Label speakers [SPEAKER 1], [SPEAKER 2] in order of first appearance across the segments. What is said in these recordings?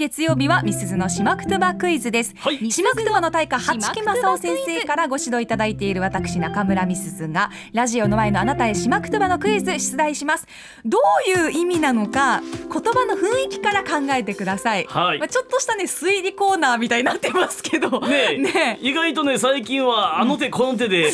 [SPEAKER 1] 月曜日はみすずのしまくとばクイズです、
[SPEAKER 2] はい
[SPEAKER 1] しまくとばの大家八木正夫先生からご指導いただいている私中村みすずがラジオの前のあなたへしまくとばのクイズ出題しますどういう意味なのか言葉の雰囲気から考えてください、
[SPEAKER 2] はい
[SPEAKER 1] まあ、ちょっとしたね推理コーナーみたいになってますけど
[SPEAKER 2] ねえ
[SPEAKER 1] ねえ
[SPEAKER 2] 意外とね最近はあの手この 手で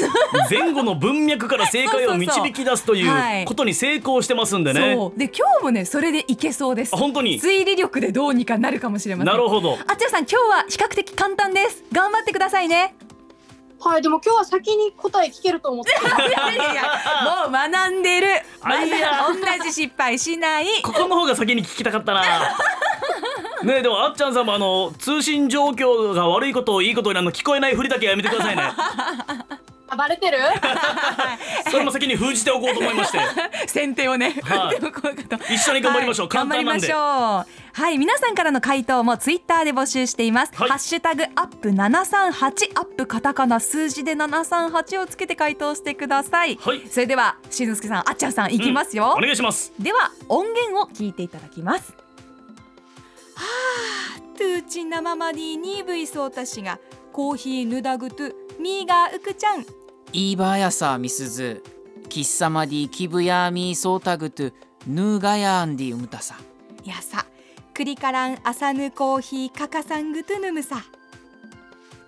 [SPEAKER 2] 前後の文脈から正解を導き出すと
[SPEAKER 1] はいいう
[SPEAKER 2] ことに成功してますんでね
[SPEAKER 1] そうで今日もねそれでいけそうです
[SPEAKER 2] あ本当に
[SPEAKER 1] 推理力でどうにかなるかもしれません
[SPEAKER 2] なるほど
[SPEAKER 1] あっちゃんさん今日は比較的簡単です頑張ってくださいね
[SPEAKER 3] はい、でも今日は先に答え聞けると 思って。
[SPEAKER 1] いやいやいやもう学んでる
[SPEAKER 2] あいや
[SPEAKER 1] 学ん同じ失敗しない
[SPEAKER 2] ここの方が先に聞きたかっ たなねえでもあっちゃんさんもあの通信状況が悪いことをいいことにあの聞こえないふりだけはやめてくださ いね
[SPEAKER 3] あバレてる？
[SPEAKER 2] それも先に封じておこうと思いまして
[SPEAKER 1] 先手をね、
[SPEAKER 2] は
[SPEAKER 1] で
[SPEAKER 2] い
[SPEAKER 1] もこういうこと
[SPEAKER 2] 一緒に頑張りましょう、
[SPEAKER 1] はい
[SPEAKER 2] 簡単なんで
[SPEAKER 1] 頑張りましょうはい皆さんからの回答もツイッターで募集しています、
[SPEAKER 2] はい
[SPEAKER 1] ハッシュタグアップ738アップカタカナ数字で738をつけて回答してください、
[SPEAKER 2] はい
[SPEAKER 1] それではしんのすけさんあっちゃんさんいきますよ
[SPEAKER 2] お、願いします
[SPEAKER 1] では音源を聞いていただきますはあトゥーチンナママディニーブイソータシがコーヒーぬだぐとミーガーウクちゃん
[SPEAKER 4] イーバーやさみすずキッサマディキブヤーミーソータグトゥヌーガヤーンディウムタサ
[SPEAKER 1] やさクリカランアサヌコーヒーカカサングトゥヌムサ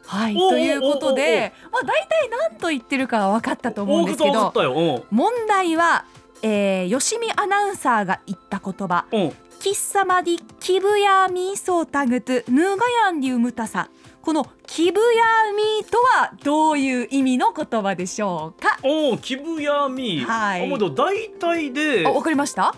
[SPEAKER 1] はい
[SPEAKER 2] おー
[SPEAKER 1] ということでまあ大体何と言ってるかは分かったと思うん
[SPEAKER 2] 大
[SPEAKER 1] です
[SPEAKER 2] 方
[SPEAKER 1] け
[SPEAKER 2] 分かっ
[SPEAKER 1] ど
[SPEAKER 2] たよう
[SPEAKER 1] 問題は、えー、吉見アナウンサーが言った言葉
[SPEAKER 2] んうん
[SPEAKER 1] キッサマディキブヤーミーソータグトゥヌーガヤンディウムタサこのキブヤーミーとはどういう意味の言葉でしょうか
[SPEAKER 2] おお、キブヤミー。
[SPEAKER 1] はい
[SPEAKER 2] あもうでも大体で
[SPEAKER 1] あ、わかりました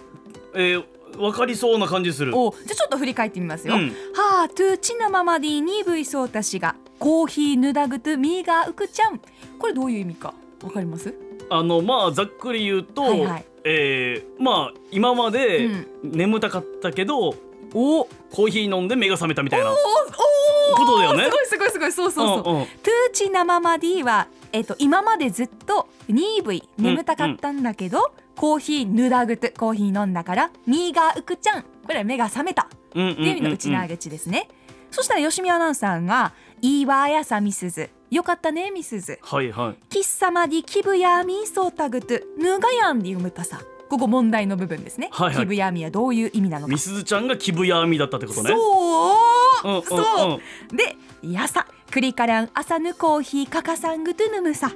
[SPEAKER 2] えー、わかりそうな感じする。
[SPEAKER 1] おじゃあちょっと振り返ってみますよ、
[SPEAKER 2] うん
[SPEAKER 1] はあトゥチナママディニーブイソータシがコーヒーヌダグトゥミーガーウクちゃんこれどういう意味かわかります
[SPEAKER 2] あのまあざっくり言うと、
[SPEAKER 1] はいはい
[SPEAKER 2] えーまあ今まで
[SPEAKER 1] うん
[SPEAKER 2] 眠たかったけど、
[SPEAKER 1] おお
[SPEAKER 2] コーヒー飲んで目が覚めたみたいな
[SPEAKER 1] お
[SPEAKER 2] ことだよね
[SPEAKER 1] す。ごいすごいすごいそうそうそう、
[SPEAKER 2] うんうん
[SPEAKER 1] トゥーチナママディは、えっと今までずっとニーブイ眠たかったんだけど、コーヒーぬだぐとコーヒー飲んだからミーガーウクちゃんこれは目が覚めたっ
[SPEAKER 2] うんうん
[SPEAKER 1] ていう意味の打ち上げ値ですね、そしたら吉見アナウンサーが「いいわあやさみすずよかったねみすず
[SPEAKER 2] はいはい。
[SPEAKER 1] キッサマディキブヤミーソータグトゥぬがやんで読むたさ」ここ問題の部分ですね、
[SPEAKER 2] はいはい
[SPEAKER 1] キブヤミはどういう意味なのか
[SPEAKER 2] みすずちゃんがキブヤミーだったってことね。
[SPEAKER 1] そう、
[SPEAKER 2] うんうんうん
[SPEAKER 1] そうで、やさ、クリカラン朝のコーヒーかかさんぐとぬむさ。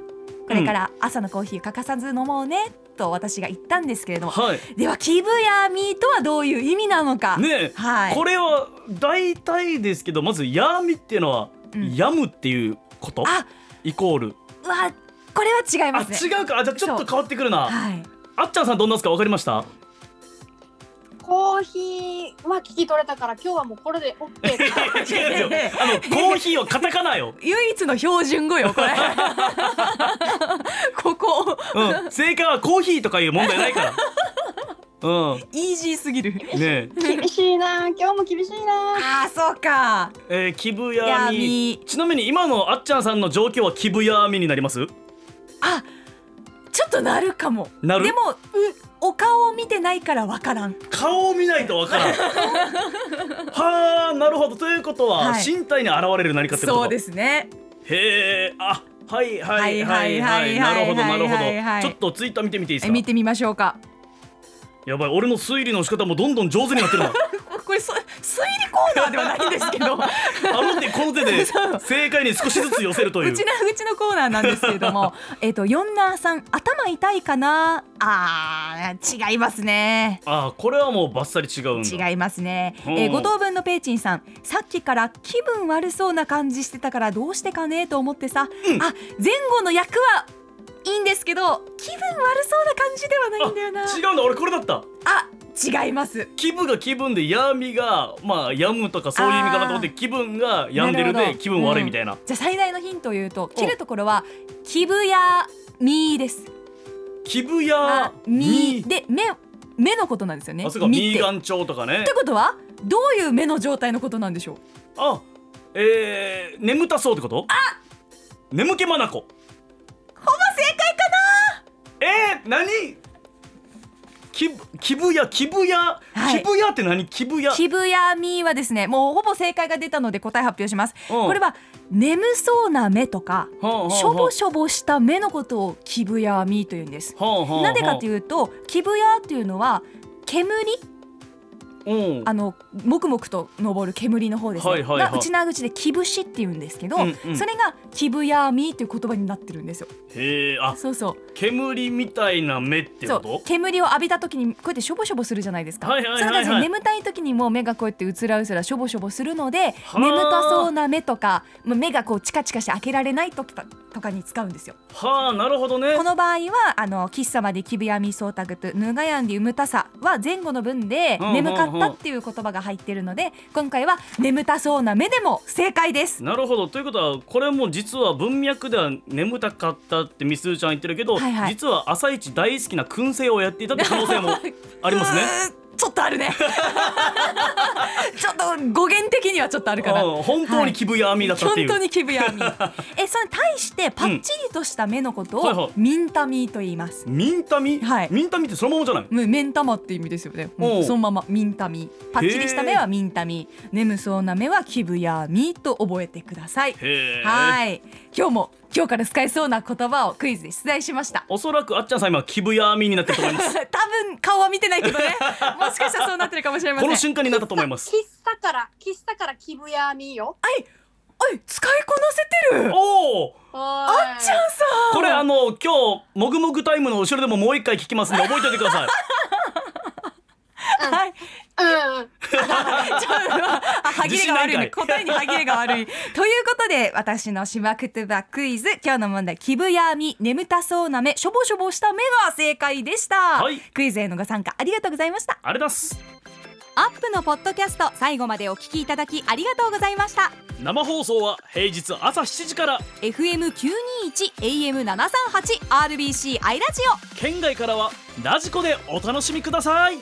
[SPEAKER 1] これから朝のコーヒーかかさず飲もうねと私が言ったんですけれども、
[SPEAKER 2] はい。
[SPEAKER 1] ではキブヤミとはどういう意味なのか。
[SPEAKER 2] ねえ、
[SPEAKER 1] はい。
[SPEAKER 2] これは大体ですけど、まずヤミっていうのは、
[SPEAKER 1] うん
[SPEAKER 2] やむっていうこと
[SPEAKER 1] あ、
[SPEAKER 2] イコール。
[SPEAKER 1] うわ、これは違い
[SPEAKER 2] あ
[SPEAKER 1] ますね。
[SPEAKER 2] 違うか。あじゃあちょっと変わってくるな。
[SPEAKER 1] はい。
[SPEAKER 2] あっちゃんさんどんなですかわかりました？
[SPEAKER 3] コーヒーは聞き取れたから今日はもうこれでオッケー。
[SPEAKER 2] 違う違うあのコーヒーはカタカナよ。
[SPEAKER 1] 唯一の標準語よ これ。ここ
[SPEAKER 2] うん、正解はコーヒーとかいう問題ないから。うん、
[SPEAKER 1] イージーすぎる。
[SPEAKER 2] ね
[SPEAKER 3] 厳しいな、今日も厳しい
[SPEAKER 1] あ
[SPEAKER 3] な。
[SPEAKER 1] あ、そうか。
[SPEAKER 2] え、えー、キブヤ
[SPEAKER 1] ヤ
[SPEAKER 2] ミ。
[SPEAKER 1] ミ。
[SPEAKER 2] ちなみに今のあっちゃんさんの状況はキブヤミになります？
[SPEAKER 1] あちょっとなるかも
[SPEAKER 2] なる
[SPEAKER 1] でもうお顔を見てないからわからん
[SPEAKER 2] 顔を見ないとわからん。はあ、なるほど。ということは、
[SPEAKER 1] はい
[SPEAKER 2] 身体に現れる何かってこと。
[SPEAKER 1] そうですね
[SPEAKER 2] へえ、あ、はいはいは
[SPEAKER 1] はいい
[SPEAKER 2] は。
[SPEAKER 1] はいいはいはい
[SPEAKER 2] なるほどなるほ
[SPEAKER 1] はいはい
[SPEAKER 2] ど。ちょっとツイッター見てみていいです
[SPEAKER 1] え
[SPEAKER 2] か
[SPEAKER 1] 見？てみましょうか
[SPEAKER 2] やばい、俺の推理の仕方もどんどん上手になってるな。
[SPEAKER 1] これそ推理コーナーではないんですけどう
[SPEAKER 2] あの手この手で正解に少しずつ寄せるという。
[SPEAKER 1] ちのうちのコーナーなんですけれども えっとヨンナーさん頭痛いかなあー違いますね
[SPEAKER 2] あーこれはもうバッサリ違うんだ
[SPEAKER 1] 違いますね、
[SPEAKER 2] うん
[SPEAKER 1] えー、五等分のペーチンさんさっきから気分悪そうな感じしてたからどうしてかねと思ってさ、あ前後の役はいいんですけど気分悪そうな感じではないんだよな
[SPEAKER 2] 違うんだ俺これだった
[SPEAKER 1] あ違います
[SPEAKER 2] 気分が気分で闇がまあ病むとかそういう意味かなと思って
[SPEAKER 1] あ
[SPEAKER 2] 気分が病んでる
[SPEAKER 1] なる
[SPEAKER 2] で
[SPEAKER 1] ほど
[SPEAKER 2] 気分悪いみたいな、
[SPEAKER 1] じゃあ最大のヒントを言うと
[SPEAKER 2] お
[SPEAKER 1] 切るところは気分やみーです
[SPEAKER 2] 気分や
[SPEAKER 1] みーで目目のことなんですよね
[SPEAKER 2] あそうか
[SPEAKER 1] み
[SPEAKER 2] ミ
[SPEAKER 1] っ
[SPEAKER 2] ー
[SPEAKER 1] て
[SPEAKER 2] ガ
[SPEAKER 1] っ
[SPEAKER 2] ン調とかね
[SPEAKER 1] てことはどういう目の状態のことなんでしょう
[SPEAKER 2] あえー、眠たそうってことあ眠気まなこ
[SPEAKER 1] ほぼ正解かな
[SPEAKER 2] えー、何気キブヤキブヤ
[SPEAKER 1] はい
[SPEAKER 2] キブヤって何キブヤ
[SPEAKER 1] キブヤミはですねもうほぼ正解が出たので答え発表します
[SPEAKER 2] うん
[SPEAKER 1] これは眠そうな目とか
[SPEAKER 2] ほうほうほう
[SPEAKER 1] しょぼしょぼした目のことをキブヤミというんです
[SPEAKER 2] ほうほうほう
[SPEAKER 1] なぜかというとキブヤっていうのは煙
[SPEAKER 2] うん
[SPEAKER 1] あのもくもくと昇る煙の方ですね、
[SPEAKER 2] はいはいはい
[SPEAKER 1] が内縄口でキブシって言うんですけど、
[SPEAKER 2] うんうん
[SPEAKER 1] それがキブヤミっていう言葉になってるんですよ
[SPEAKER 2] へえあ
[SPEAKER 1] そうそう
[SPEAKER 2] 煙みたいな目って
[SPEAKER 1] そ
[SPEAKER 2] こ
[SPEAKER 1] う
[SPEAKER 2] と
[SPEAKER 1] 煙を浴びた時にこうやってしょぼしょぼするじゃないですか、
[SPEAKER 2] はいはいはいはい
[SPEAKER 1] そんな感じで眠たい時にも目がこうやってうつらうつらしょぼしょぼするので
[SPEAKER 2] はあ
[SPEAKER 1] 眠たそうな目とかまあ目がこうチカチカして開けられない時ととかに使うんですよ
[SPEAKER 2] はあなるほどね
[SPEAKER 1] この場合はあの喫茶まできびやみそうたぐとぬがやんでうむたさは前後の文で
[SPEAKER 2] うんうんうん
[SPEAKER 1] 眠かったっていう言葉が入ってるので今回は眠たそうな目でも正解です
[SPEAKER 2] なるほどということはこれも実は文脈では眠たかったってみすーちゃん言ってるけど、
[SPEAKER 1] はいはい
[SPEAKER 2] 実は朝一大好きな燻製をやっていたって可能性 もありますね
[SPEAKER 1] うーんちょっとあるね ちょっと語源的にはちょっとあるかな
[SPEAKER 2] うん本当に気分や網だったってい
[SPEAKER 1] 本
[SPEAKER 2] う、
[SPEAKER 1] 当に気分やみえそれに対してパッチリとした目のこと
[SPEAKER 2] うんはいは
[SPEAKER 1] を
[SPEAKER 2] い
[SPEAKER 1] ミンタミーと言います、
[SPEAKER 2] ミンタミ、
[SPEAKER 1] はい
[SPEAKER 2] ミンタミってそのままじゃない
[SPEAKER 1] もう目ん玉って意味ですよね
[SPEAKER 2] おう
[SPEAKER 1] そのままミンタミパッチリした目はミンタミ眠そうな目は気分やみと覚えてください
[SPEAKER 2] へえ
[SPEAKER 1] はい今日も今日から使えそうな言葉をクイズで出題しました
[SPEAKER 2] おそらくあっちゃんさん今気分や網になってると思います
[SPEAKER 1] 多分顔は見てないけど ねもしかしたらそうなってるかもしれませ
[SPEAKER 2] こ
[SPEAKER 1] ん
[SPEAKER 2] の瞬間になったと思います
[SPEAKER 3] 喫茶から喫茶から気分やみよ
[SPEAKER 1] おい使いこなせてる
[SPEAKER 2] おお
[SPEAKER 3] あ
[SPEAKER 1] あっちゃんさん
[SPEAKER 2] これあの今日もぐもぐタイムの後ろでももう一回聞きますんで覚えておいてください
[SPEAKER 1] はい
[SPEAKER 3] うんうん
[SPEAKER 1] ちょっとあ歯切れが悪いね
[SPEAKER 2] 自信
[SPEAKER 1] 答えに歯切れが悪い。ということで私のしまくとばクイズ今日の問題「気分やみ眠たそうな目しょぼしょぼした目」が正解でした、
[SPEAKER 2] はい
[SPEAKER 1] クイズへのご参加ありがとうございました。
[SPEAKER 2] あれだっす
[SPEAKER 1] アップのポッドキャスト最後までお聞きいただきありがとうございました。
[SPEAKER 2] 生放送は平日朝7時から
[SPEAKER 1] FM921 AM738 RBC アイラジオ
[SPEAKER 2] 県外からはラジコでお楽しみください